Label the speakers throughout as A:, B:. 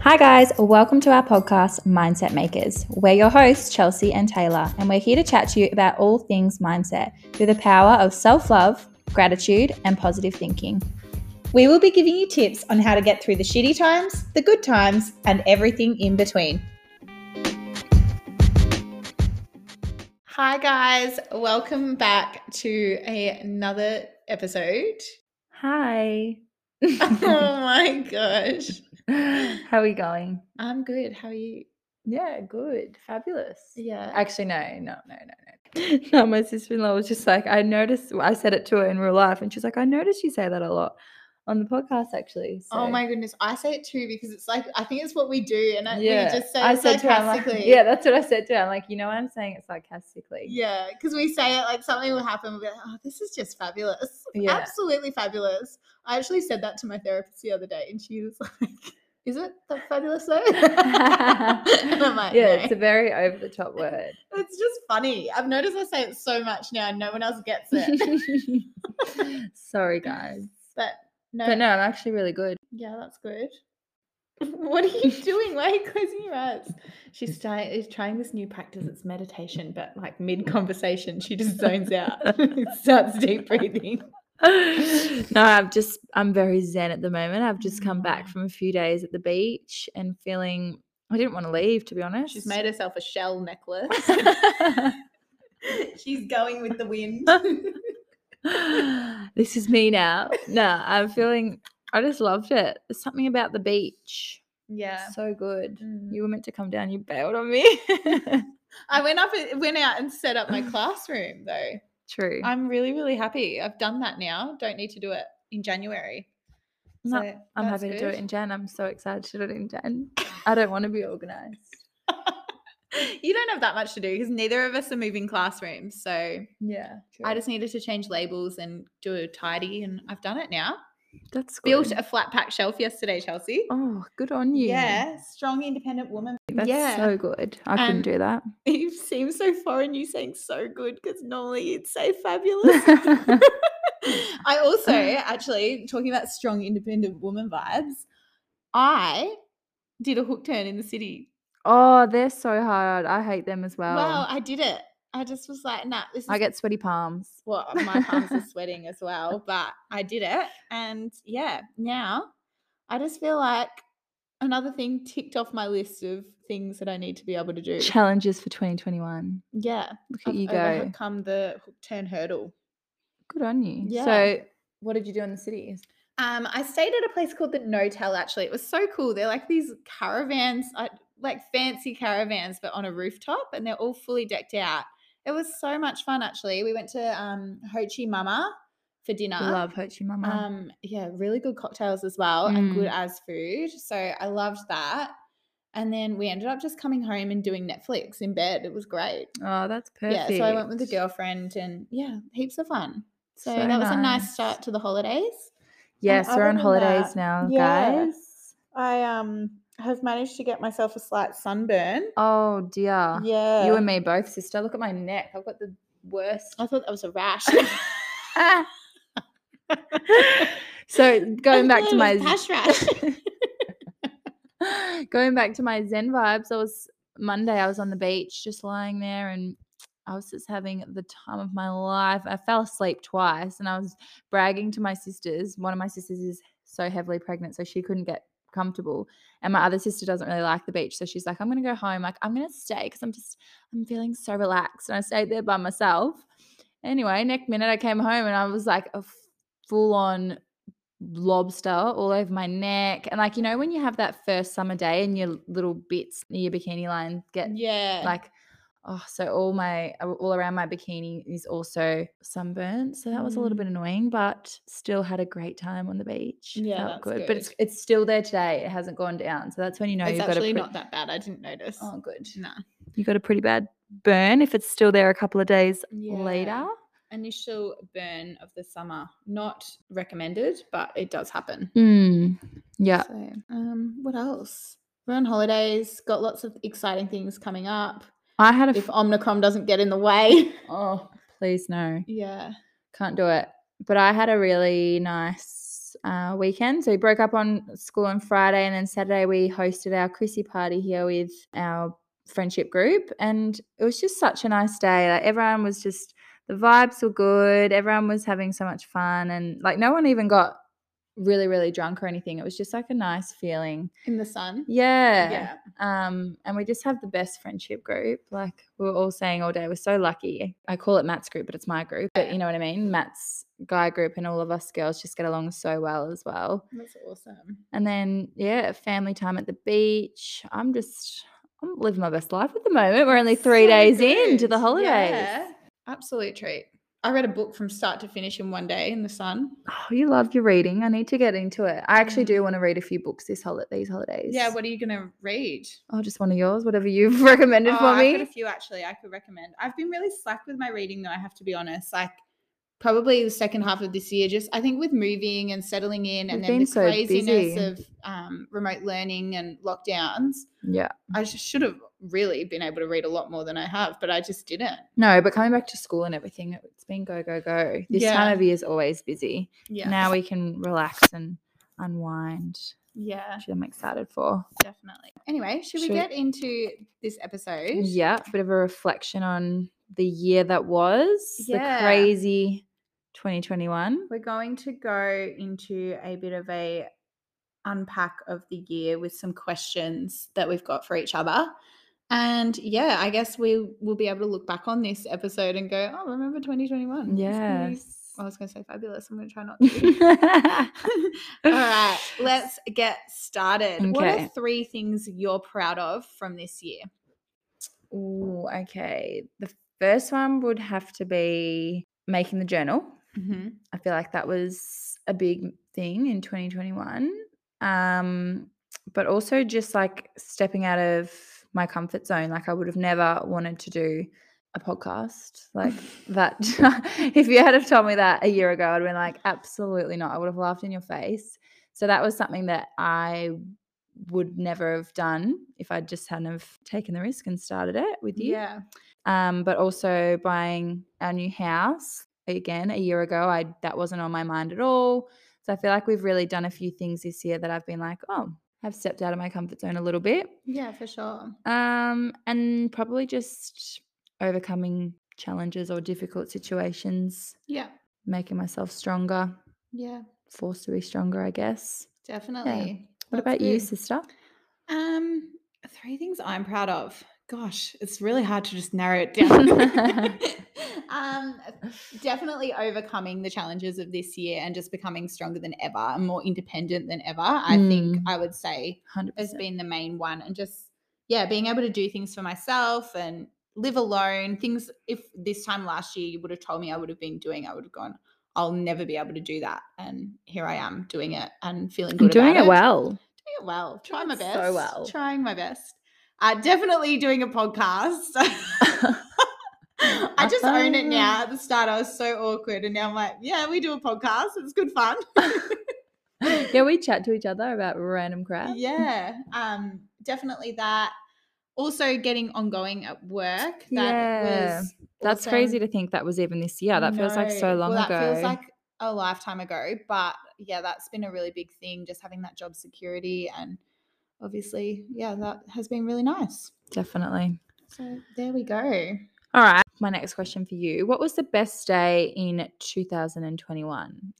A: Hi, guys. Welcome to our podcast, Mindset Makers. We're your hosts, Chelsea and Taylor, and we're here to chat to you about all things mindset through the power of self love, gratitude, and positive thinking.
B: We will be giving you tips on how to get through the shitty times, the good times, and everything in between. Hi, guys. Welcome back to a- another episode.
A: Hi.
B: oh my gosh.
A: How are we going?
B: I'm good. How are you?
A: Yeah, good. Fabulous.
B: Yeah.
A: Actually, no, no, no, no, no. No, my sister in law was just like, I noticed, I said it to her in real life, and she's like, I noticed you say that a lot on the podcast, actually.
B: Oh
A: so-
B: my goodness. I say it too because it's like, I think it's what we do. And I,
A: yeah.
B: we just say
A: I
B: it
A: said to her, I'm like-
B: sarcastically.
A: yeah, that's what I said to her. I'm like, you know, I'm saying it sarcastically.
B: Yeah, because we say it like something will happen. We'll be like, oh, this is just fabulous.
A: Yeah.
B: Absolutely fabulous. I actually said that to my therapist the other day and she was like, is it that fabulous though? and I'm like,
A: yeah,
B: yeah,
A: it's a very over the top word.
B: it's just funny. I've noticed I say it so much now and no one else gets it.
A: Sorry, guys.
B: but no,
A: But no, I'm actually really good.
B: Yeah, that's good. What are you doing? Why are you closing your eyes? She's, sti- is trying this new practice. It's meditation, but like mid conversation, she just zones out, starts deep breathing.
A: no, I've just I'm very zen at the moment. I've just come back
B: Mm.
A: from a few days at the beach and feeling I didn't want to leave to be honest.
B: She's made herself a shell necklace. She's going with the wind.
A: this is me now. No, I'm feeling I just loved it. There's something about the beach.
B: yeah.
A: So good.
B: Mm.
A: You were meant to come down, you bailed on me.
B: I went up and- went out and set up my classroom though.
A: True.
B: I'm really, really happy. I've done that now. Don't need to do it in January.
A: No,
B: So
A: I'm
B: that's
A: happy to do
B: good.
A: it in Jan. I'm so excited to do it in Jan. I don't want to be organized.
B: you don't have that much to do because neither of us are moving classrooms. So
A: Yeah.
B: I just needed to change labels and do a tidy, and I've done it now.
A: that's good.
B: Built a flat pack shelf yesterday, Chelsea.
A: Oh, good on you.
B: yeah, strong, independent woman.
A: That's
B: yeah.
A: so good. I
B: And-
A: couldn't do that.
B: you seem so foreign. You saying so good because normally you'd say fabulous.
A: oh,
B: I also actually talking about strong, independent woman vibes. I did a hook turn in the city.
A: Oh, they're so hard. I hate them as well.
B: Wow, I did it. I just was like, nah, this is
A: I get sweaty palms.
B: well, my palms are sweating as well, but I did it. And yeah, now I just feel like another thing ticked off my list of things that I need to be able to do.
A: Challenges for 2021.
B: Yeah.
A: Look at
B: I've
A: you go.
B: overcome the hook turn hurdle.
A: Good on you.
B: Yeah.
A: So, what did you do in the city?
B: Um, I stayed at a place called the No Tell. Actually, it was so cool. They're like these caravans, I- like fancy caravans, but on a rooftop, and they're all fully decked out. It was so much fun. Actually, we went to um, Ho Chi Mama for dinner.
A: Love Ho Chi Mama.
B: Um, yeah, really good cocktails as well and good
A: Mm.
B: as food. So I loved that. And then we ended up just coming home and doing Netflix in bed. It was great.
A: oh, that's perfect.
B: Yeah, so I went with a girlfriend and yeah, heaps of fun. So, that was a nice start to the holidays.
A: Yes,
B: other
A: we're on
B: than
A: holidays
B: that,
A: now,
B: yeah.
A: guys.
B: I um have managed to get myself a slight sunburn.
A: Oh dear.
B: yeah.
A: You and me both, sister. Look at my neck. I've got the worst.
B: I thought that was a rash.
A: so going back to my
B: hash rash.
A: going back to my zen vibes i was monday i was on the beach just lying there and i was just having the time of my life i fell asleep twice and i was bragging to my sisters one of my sisters is so heavily pregnant so she couldn't get comfortable and my other sister doesn't really like the beach so she's like i'm gonna go home like i'm gonna stay because i'm just i'm feeling so relaxed and i stayed there by myself anyway next minute i came home and i was like a full on lobster all over my neck. And like, you know, when you have that first summer day and your little bits near your bikini line get
B: yeah.
A: like, oh, so all my, uh, all around my bikini is also sunburnt. So that was a little bit annoying, but still had a great time on the beach.
B: Mm. Yeah,
A: Felt
B: that's
A: But it's, it's still there today. It hasn't gone down. So that's when you know
B: it's
A: you've got a
B: actually
A: pretty,
B: not that bad. I didn't notice.
A: oh, good.
B: No.
A: You got a pretty bad burn if it's still there a couple of days
B: Yeah.
A: later.
B: initial burn of the summer. Not recommended, but it does happen.
A: Hmm. Yeah.
B: So, um, what else? We're on holidays, got lots of exciting things coming up.
A: I had a,
B: If
A: f-
B: Omnicron doesn't get in the way.
A: oh, please no.
B: Yeah.
A: can't do it. But I had a really nice uh, weekend. So we broke up on school on Friday, and then Saturday we hosted our Chrissy party here with our friendship group, and it was just such a nice day. Like everyone was just the vibes were good. Everyone was having so much fun, and like no one even got really really drunk or anything. It was just like a nice feeling.
B: in the sun.
A: Yeah.
B: Yeah.
A: Um, and we just have the best friendship group. Like we were all saying all day, we're so lucky. I call it Matt's group, but it's my group. But you know what I mean? Matt's guy group and all of us girls just get along so well as well.
B: That's awesome.
A: And then yeah, family time at the beach. I'm just I'm living my best life at the moment. We're only three
B: So
A: days into the
B: good.
A: holidays.
B: Yeah. Absolute treat. I read a book from start to finish in one day in the sun.
A: Oh, you love your reading. I need to get into it. I actually
B: Mm.
A: do want to read a few books this holiday these holidays.
B: Yeah, what are you gonna read?
A: oh, just one of yours, whatever you've recommended
B: Oh,
A: for me.
B: I've got a few actually I could recommend. I've been really slack with my reading though, I have to be honest. Like probably the second half of this year, just I think with moving and settling in
A: We've
B: and
A: been
B: then the
A: so
B: craziness
A: busy.
B: of um, remote learning and lockdowns,
A: yeah.
B: I just should have really been able to read a lot more than I have, but I just didn't.
A: No, but coming back to school and everything, it- it's been go, go, go. This time
B: Yeah.
A: of year is always busy.
B: Yeah.
A: Now we can relax and unwind,
B: yeah,
A: which I'm excited for.
B: definitely. Anyway, should we
A: Should-
B: get into this episode?
A: Yeah, a bit of a reflection on the year that was,
B: Yeah.
A: the crazy 2021.
B: We're going to go into a bit of a unpack of the year with some questions that we've got for each other. And yeah, I guess we will be able to look back on this episode and go, oh, remember 2021? It's gonna be-"
A: Yes.
B: I was going to say fabulous. I'm going to try not to. All right, let's get started. What
A: Okay.
B: are three things you're proud of from this year?
A: Ooh, okay. The first one would have to be making the journal.
B: Mm-hmm.
A: I feel like that was a big thing in 2021. Um, but also just like stepping out of my comfort zone. Like I would have never wanted to do a podcast like that. if you had have told me that a year ago, I'd been like, absolutely not. I would have laughed in your face. So that was something that I would never have done if I just hadn't have taken the risk and started it with you
B: Yeah.
A: um, but also buying our new house again a year ago i that wasn't on my mind at all so i feel like we've really done a few things this year that i've been like oh i've stepped out of my comfort zone a little bit
B: Yeah, for sure.
A: um, and probably just overcoming challenges or difficult situations
B: Yeah.
A: making myself stronger
B: Yeah,
A: forced to be stronger i guess
B: definitely.
A: what
B: That's
A: about you
B: good.
A: sister
B: Um, three things I'm proud of. Gosh, it's really hard to just narrow it down. um, definitely overcoming the challenges of this year and just becoming stronger than ever and more independent than ever. I think
A: Mm.
B: I would say
A: 100%
B: has been the main one, and just yeah, being able to do things for myself and live alone. Things if this time last year you would have told me I would have been doing, I would have gone. I'll never be able to do that, and here I am doing it and feeling
A: i'm
B: good.
A: doing
B: about
A: it well
B: doing it well. Trying my
A: Doing
B: best.
A: so well.
B: Trying my best. Uh, definitely doing a podcast. I just own it now. At the start, I was so awkward, and now I'm like, yeah, we do a podcast. It's good fun.
A: yeah we chat to each other about random crap
B: yeah, um, definitely that. Also, getting ongoing at work. That
A: Yeah.
B: was
A: That's crazy
B: awesome.
A: to think that was even this year. That feels like so
B: No.
A: long
B: well,
A: ago.
B: That feels like a lifetime ago, but yeah, that's been a really big thing. Just having that job security, and obviously, yeah, that has been really nice.
A: Definitely.
B: So there we go.
A: All right. My next question for you What was the best day in 2021?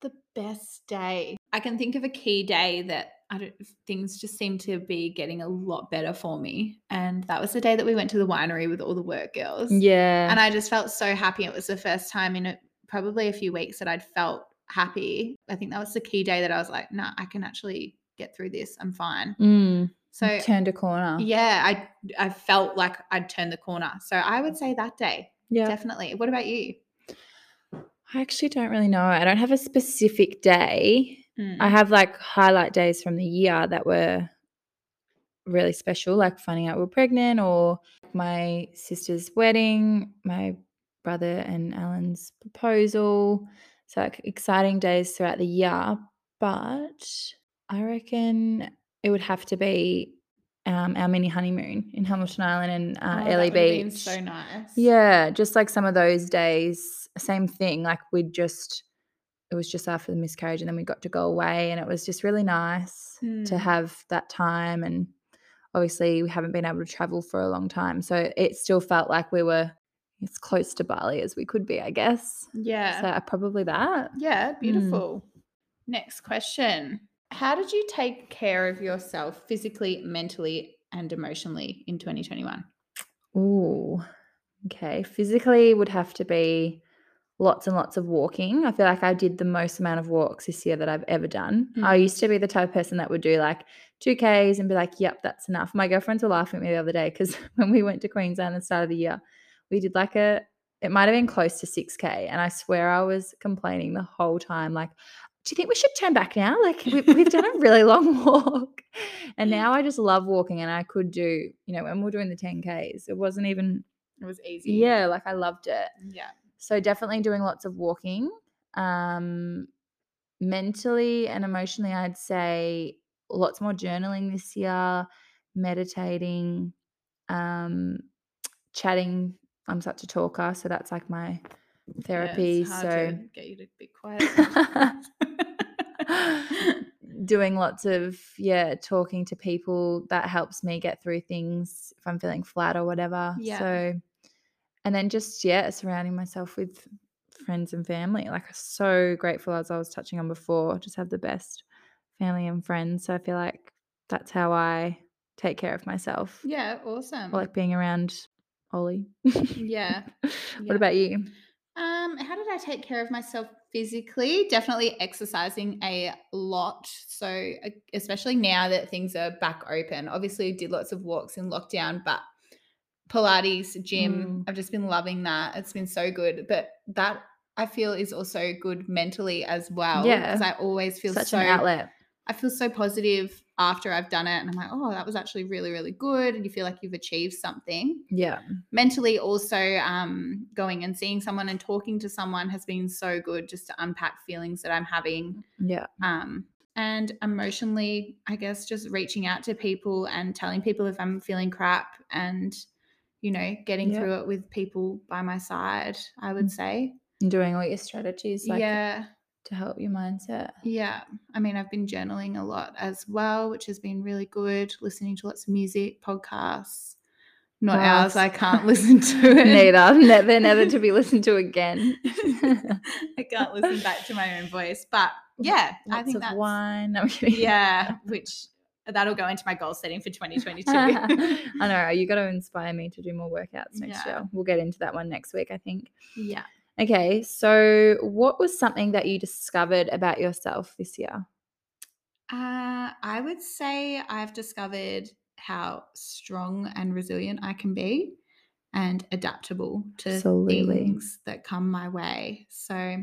B: The best day. I can think of a key day that I don't things just seem to be getting a lot better for me. And that was the day that we went to the winery with all the work girls.
A: Yeah.
B: And I just felt so happy. It was the first time in a, probably a few weeks that I'd felt happy. I think that was the key day that I was like, nah, I can actually get through this. I'm fine.
A: mm,
B: So
A: turned a corner.
B: yeah, I I felt like I'd turned the corner. So I would say that day.
A: Yeah.
B: Definitely. What about you?
A: I actually don't really know. I don't have a specific day.
B: Hmm. Mm.
A: I have like highlight days from the year that were really special, like finding out we are pregnant or my sister's wedding, my brother and Alan's proposal. So like exciting days throughout the year. But I reckon it would have to be um, our mini honeymoon in Hamilton Island and
B: Oh,
A: uh,
B: that
A: Ellie
B: would've been
A: Beach.
B: so nice.
A: Yeah, just like some of those days, same thing. Like we'd just it was just after the miscarriage and then we got to go away and it was just really nice to
B: Mm.
A: have that time and obviously we haven't been able to travel for a long time so it still felt like we were as close to Bali as we could be I guess
B: Yeah. Hmm.
A: so uh, probably that
B: Yeah, beautiful. Next question. How did you take care of yourself physically, mentally, and emotionally in 2021?
A: ooh okay physically would have to be lots and lots of walking I feel like I did the most amount of walks this year that I've ever done I
B: Mm.
A: used to be the type of person that would do like 2Ks and be like, yep, that's enough. My girlfriends were laughing at me the other day because when we went to Queensland at the start of the year, we did like a, it might have been close to 6K. And I swear I was complaining the whole time, like, do you think we should turn back now? Like, we, we've done a really long walk. And now I just love walking and I could do, you know, when we we're doing the 10Ks, it wasn't even,
B: It was easy.
A: yeah, like I loved it.
B: Yeah.
A: So definitely doing lots of walking. Um, mentally and emotionally, I'd say lots more journaling this year, meditating, um, chatting. I'm such a talker, so that's like my
B: Yeah, it's
A: therapy.
B: hard
A: so
B: to get you to be quiet. sometimes.
A: doing lots of yeah talking to people that helps me get through things if i'm feeling flat or whatever
B: Yeah.
A: so and then just yeah surrounding myself with friends and family like I'm so grateful as i was touching on before just have the best family and friends so i feel like that's how i take care of myself
B: yeah, awesome.
A: I like being around ollie
B: yeah. yeah.
A: what about you
B: Um, how did I take care of myself physically? Definitely exercising a lot. So, e- especially now that things are back open, obviously, did lots of walks in lockdown, but Pilates, gym,
A: Mm.
B: I've just been loving that. It's been so good. But that I feel is also good mentally as well.
A: Yeah.
B: Because I always feel
A: such
B: so
A: an outlet
B: I feel so positive after I've done it. And I'm like, oh, that was actually really, really good. And you feel like you've achieved something
A: yeah
B: mentally also um, going and seeing someone and talking to someone has been so good just to unpack feelings that i'm having
A: yeah
B: um, and emotionally i guess just reaching out to people and telling people if i'm feeling crap and you know getting
A: Yeah.
B: through it with people by my side i would
A: Mm.
B: say
A: and doing all your strategies like
B: yeah
A: to help your mindset
B: yeah i mean i've been journaling a lot as well which has been really good listening to lots of music podcasts not ours
A: Podcasts.
B: i can't listen to it
A: Neither. Ne- They're never to be listened to again.
B: I can't listen back to my own voice, but yeah, I
A: Lots
B: think
A: of
B: that's
A: wine. No, I'm kidding.
B: yeah, which that'll go into my goal setting for 2022.
A: I know. You got to inspire me to do more workouts next
B: Yeah.
A: year. We'll get into that one next week, I think.
B: yeah,
A: Okay. So, what was something that you discovered about yourself this year?
B: uh, I would say I've discovered how strong and resilient I can be, and adaptable to
A: Absolutely.
B: things that come my way. So.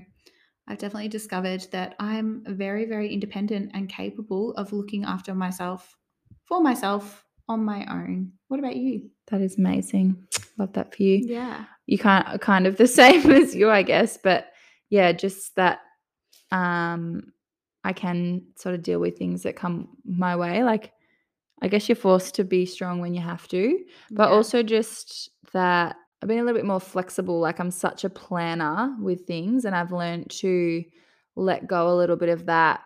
B: I've definitely discovered that I'm very, very independent and capable of looking after myself for myself on my own. What about you?
A: That is amazing. Love that for you.
B: Yeah.
A: you can't kind of the same as you, I guess. But yeah, just that um I can sort of deal with things that come my way. Like I guess you're forced to be strong when you have to, but
B: Yeah.
A: also just that I've been a little bit more flexible. Like I'm such a planner with things and I've learned to let go a little bit of that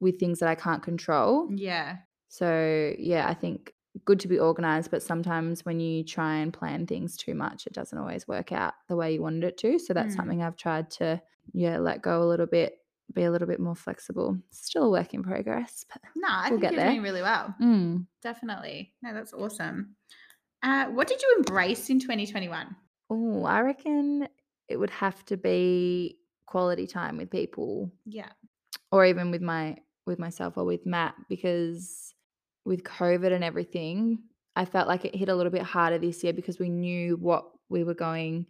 A: with things that I can't control.
B: Yeah.
A: So yeah, I think good to be organized, but sometimes when you try and plan things too much, it doesn't always work out the way you wanted it to. So that's
B: Mm.
A: something I've tried to yeah, let go a little bit, be a little bit more flexible. Still a work in progress, but
B: No, I
A: We'll
B: think
A: get
B: you're
A: there.
B: doing really well.
A: Mm.
B: Definitely. No, that's awesome. Uh, what did you embrace in 2021?
A: oh, I reckon it would have to be quality time with people
B: Yeah.
A: or even with my with myself or with Matt because with COVID and everything, I felt like it hit a little bit harder this year because we knew what we were going,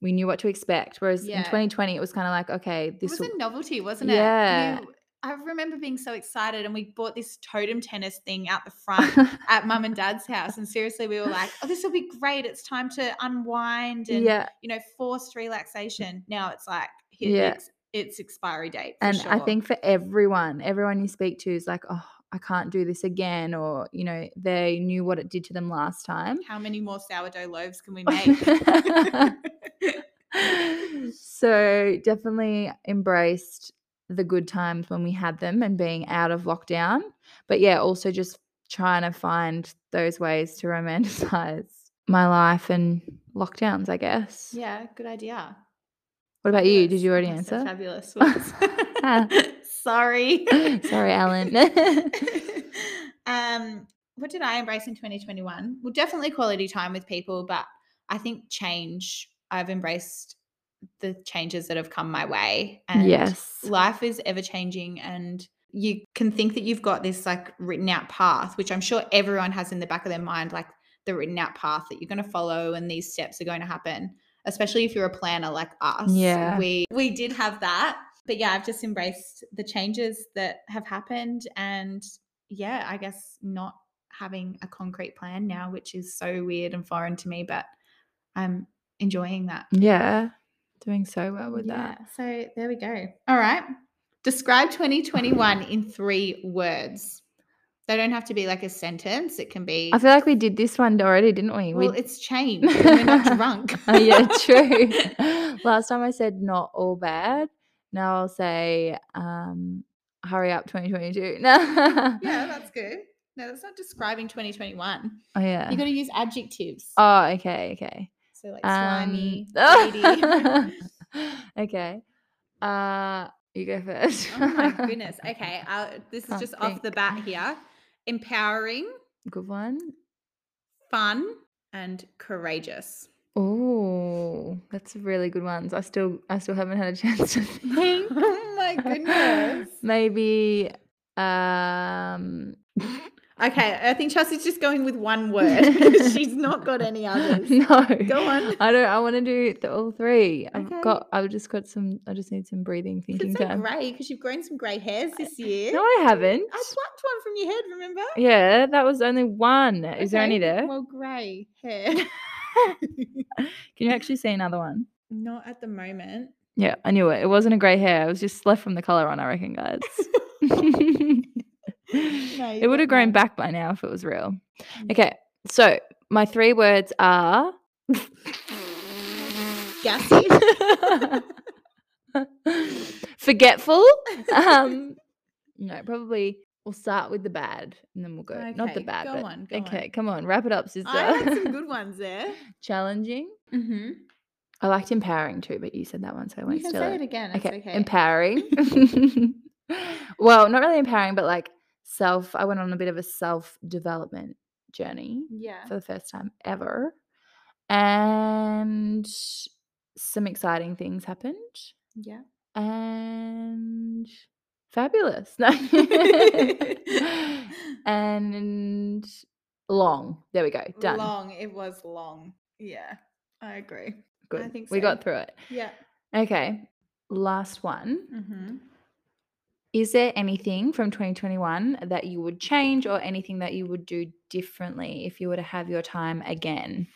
A: we knew what to expect. Whereas
B: Yeah.
A: in 2020, it was kind of like, okay,
B: It
A: this
B: was
A: will,
B: a novelty, wasn't it?
A: Yeah.
B: You- I remember being so excited, and we bought this totem tennis thing out the front at mum and dad's house. And seriously, we were like, oh, this will be great. It's time to unwind and,
A: yeah,
B: you know, forced relaxation. Now it's like, hit
A: Yeah.
B: its, its expiry date. for
A: and I
B: sure.
A: think for everyone, everyone you speak to is like, oh, I can't do this again, or you know, they knew what it did to them last time.
B: how many more sourdough loaves can we make?
A: so definitely embraced the good times when we had them and being out of lockdown. But yeah, also just trying to find those ways to romanticize my life and lockdowns, I guess.
B: Yeah, good idea.
A: What about you? Did
B: Fabulous.
A: you already
B: I said
A: answer?
B: Fabulous. once.
A: Ah.
B: Sorry.
A: Sorry, Alan.
B: um, what did I embrace in 2021? Well, definitely quality time with people, but I think change. I've embraced the changes that have come my way. And
A: yes.
B: life is ever changing and you can think that you've got this like written out path, which I'm sure everyone has in the back of their mind, like the written out path that you're going to follow and these steps are going to happen, especially if you're a planner like us.
A: Yeah.
B: We we did have that. But yeah, I've just embraced the changes that have happened and yeah, I guess not having a concrete plan now, which is so weird and foreign to me, but I'm enjoying that.
A: Yeah. Doing so well with that.
B: So there we go. All right. Describe 2021 in three words. They don't have to be like a sentence. It can be.
A: I feel like we did this one already, didn't we?
B: well,
A: we
B: it's changed. and We're not drunk.
A: Oh, yeah, true. Last time I said not all bad. Now I'll say um, hurry up 2022. yeah,
B: yeah, that's good. No, that's not describing 2021.
A: Oh, yeah.
B: You got to use adjectives.
A: oh, okay, okay.
B: so like
A: Um,
B: slimy, shady.
A: okay. Uh, you go first.
B: oh my goodness. Okay, i this is
A: Can't
B: just off the
A: think.
B: bat here. Empowering,
A: Good one.
B: fun, and courageous.
A: Oh, that's really good ones. I still, I still haven't had a chance to think.
B: oh my goodness.
A: Maybe. Um,
B: Okay, I think Chelsea's just going with one word. She's not got any others.
A: No.
B: Go on.
A: I don't. I want to do th- all three. I've
B: Okay.
A: got. I've just got some. I just need some breathing, thinking
B: It's so
A: time.
B: grey because you've grown some grey hairs this year.
A: No, I haven't.
B: I plucked one from your head, remember?
A: Yeah, that was only one. Is there
B: Okay,
A: any there?
B: Well, grey hair.
A: Can you actually see another one?
B: not at the moment.
A: Yeah, I knew it. It wasn't a grey hair. It was just left from the colour on. I reckon, guys. it
B: you've
A: would have
B: got
A: grown
B: none.
A: back by now if it was real.
B: Mm.
A: Okay, so my three words are.
B: Gassy.
A: forgetful. Um, no, probably we'll start with the bad and then we'll go. Not the
B: Okay,
A: bad,
B: go
A: but
B: on, go on.
A: okay, come on, wrap it up, sister.
B: I had some good ones there.
A: Challenging.
B: Mm-hmm.
A: I liked empowering too, but you said that one, so I
B: You
A: won't
B: can
A: steal
B: say
A: it.
B: it again. It's okay.
A: empowering. well, not really empowering, but like self. I went on a bit of a self development journey
B: yeah.
A: for the first time ever, and some exciting things happened.
B: Yeah.
A: and fabulous. No. and long. There we go. Done.
B: Long. It was long. Yeah. I agree.
A: Good.
B: I think
A: We
B: so.
A: got through it.
B: Yeah.
A: Okay. Last one.
B: Mm-hmm.
A: Is there anything from 2021 that you would change or anything that you would do differently if you were to have your time again?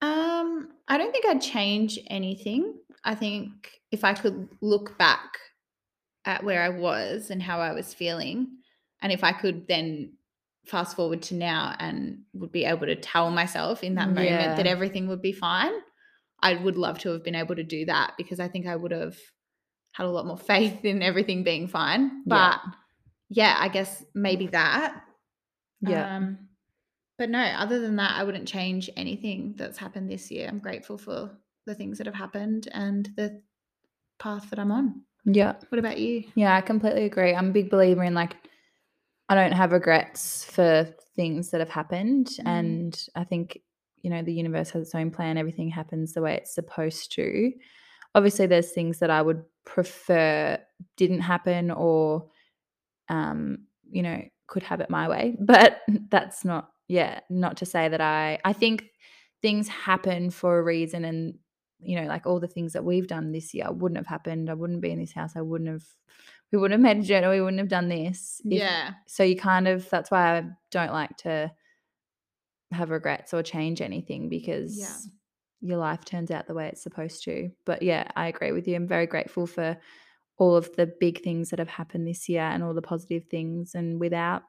B: Um, I don't think I'd change anything. I think if I could look back at where I was and how I was feeling, and if I could then fast forward to now and would be able to tell myself in that moment that
A: Yeah.
B: everything would be fine, I would love to have been able to do that because I think I would have had a lot more faith in everything being fine.
A: Yeah.
B: But yeah I guess maybe that. Um, but no, other than that, I wouldn't change anything that's happened this year. I'm grateful for the things that have happened and the path that I'm on.
A: yeah.
B: What about you?
A: Yeah, I completely agree. I'm a big believer in like I don't have regrets for things that have happened
B: Mm.
A: and I think you know the universe has its own plan, everything happens the way it's supposed to. Obviously there's things that I would prefer didn't happen or um you know could have it my way, but that's not yeah, not to say that I I think things happen for a reason and you know, like all the things that we've done this year wouldn't have happened. I wouldn't be in this house. I wouldn't have, we wouldn't have made a journal. We wouldn't have done this. if-
B: yeah.
A: So you kind of, that's why I don't like to have regrets or change anything because your life turns out the way it's supposed to. But yeah, I agree with you. I'm very grateful for all of the big things that have happened this year and all the positive things. And without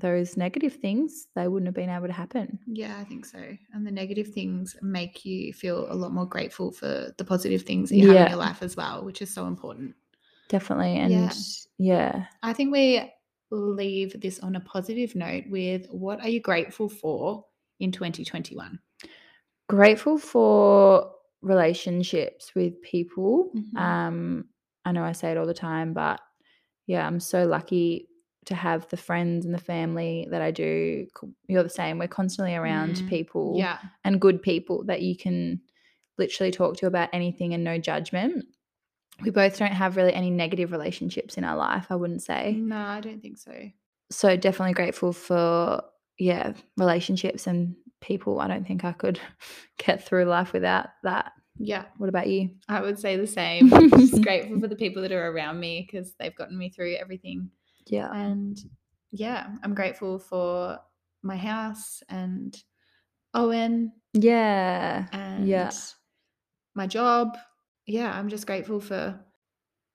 A: those negative things, they wouldn't have been able to happen.
B: Yeah, I think so. And the negative things make you feel a lot more grateful for the positive things that you have
A: Yeah.
B: in your life as well, which is so important.
A: Definitely. And
B: Yeah.
A: yeah. yeah.
B: I think we leave this on a positive note with what are you grateful for in 2021?
A: Grateful for relationships with people.
B: Mhm.
A: Um, I know I say it all the time, but yeah, I'm so lucky to have the friends and the family that I do. Co- You're the same. We're constantly around
B: Mm,
A: people
B: Yeah.
A: and good people that you can literally talk to about anything and no judgment. We both don't have really any negative relationships in our life, I wouldn't say.
B: No, I don't think so.
A: so definitely grateful for yeah relationships and people i don't think i could get through life without that
B: Yeah,
A: what about you
B: I would say the same. Just grateful for the people that are around me because they've gotten me through everything.
A: yeah
B: And yeah, I'm grateful for my house and Owen
A: yeah
B: and
A: Yeah.
B: my job. Yeah, I'm just grateful for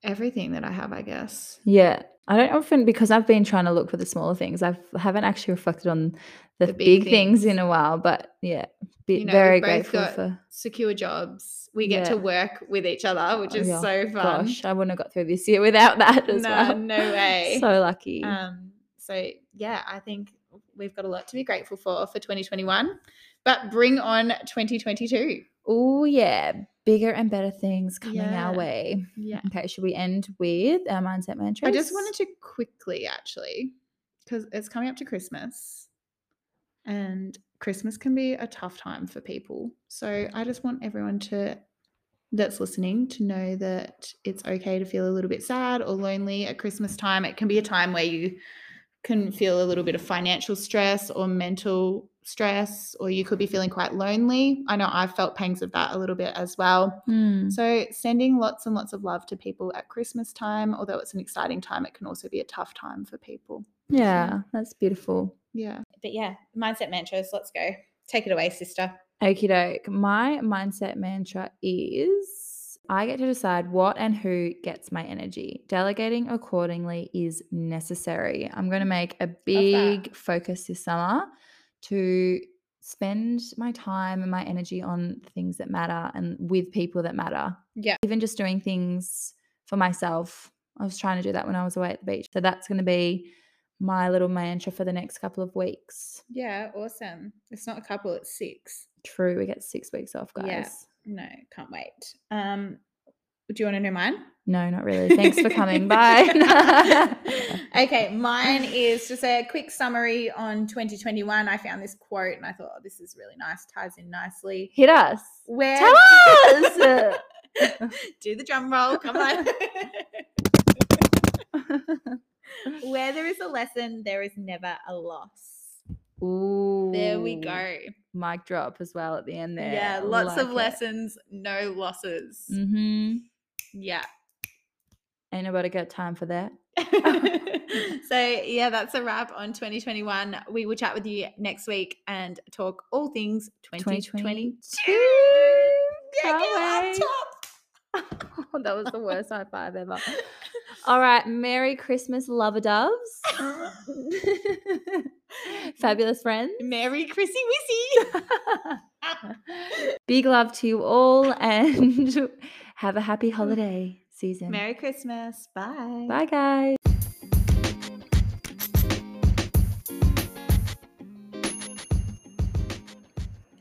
B: everything that I have, I guess.
A: yeah i don't often because i've been trying to look for the smaller things I've, i haven't actually reflected on the,
B: The
A: big,
B: big
A: things.
B: things.
A: in a while but yeah be,
B: You know,
A: very
B: we've both
A: grateful
B: got
A: for
B: Secure jobs. We get to
A: Yeah.
B: work with each other, which
A: Oh,
B: is
A: yeah.
B: so fun.
A: gosh i wouldn't have got through this year without that as
B: No,
A: well
B: no way.
A: so lucky
B: Um, so yeah, I think we've got a lot to be grateful for for 2021. But bring on 2022.
A: oh yeah bigger and better things coming
B: Yeah.
A: our way
B: Yeah.
A: Okay, should we end with our mindset mantra?
B: I just wanted to quickly actually, because it's coming up to Christmas. And Christmas can be a tough time for people. So I just want everyone to that's listening to know that it's okay to feel a little bit sad or lonely at Christmas time. It can be a time where you can feel a little bit of financial stress or mental stress, or you could be feeling quite lonely. I know I've felt pangs of that a little bit as well.
A: Hmm.
B: So, sending lots and lots of love to people at Christmas time, although it's an exciting time, it can also be a tough time for people.
A: Yeah, that's beautiful.
B: Yeah. But yeah, mindset mantras, let's go. Take it away, sister.
A: Okie doke. My mindset mantra is I get to decide what and who gets my energy. Delegating accordingly is necessary. I'm going to make a big focus this summer to spend my time and my energy on things that matter and with people that matter.
B: Yeah.
A: Even just doing things for myself. I was trying to do that when I was away at the beach. So that's going to be my little mantra for the next couple of weeks.
B: Yeah, awesome. It's not a couple, it's six.
A: True, we get six weeks off, guys.
B: Yeah. No, can't wait. Um, do you want to know mine?
A: No, not really. Thanks for coming. Bye.
B: okay, mine is just a quick summary on 2021. I found this quote and I thought, oh, this is really nice, ties in nicely.
A: Hit us.
B: Where
A: Tell us.
B: do the drum roll, come on. Where there is a lesson, there is never a loss.
A: Ooh.
B: There we go.
A: Mic drop as well at the end there.
B: Yeah, lots of lessons, no losses.
A: Mm-hmm.
B: Yeah.
A: Ain't nobody got time for that.
B: so yeah, that's a wrap on 2021. We will chat with you next week and talk all things 2022.
A: 2022.
B: Yeah,
A: Can't
B: girl, I'm
A: wait.
B: top.
A: Oh, that was the worst high five ever. All right. Merry Christmas, lover doves. Fabulous friends.
B: Merry Chrissy Wissy.
A: Big love to you all and have a happy holiday season.
B: Merry Christmas. Bye.
A: Bye, guys.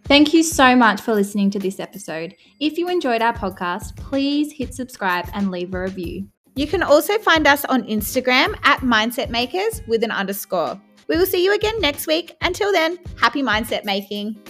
A: Thank you so much for listening to this episode. If you enjoyed our podcast, please hit subscribe and leave a review.
B: You can also find us on Instagram at Mindset Makers with an underscore. We will see you again next week. Until then, happy mindset making.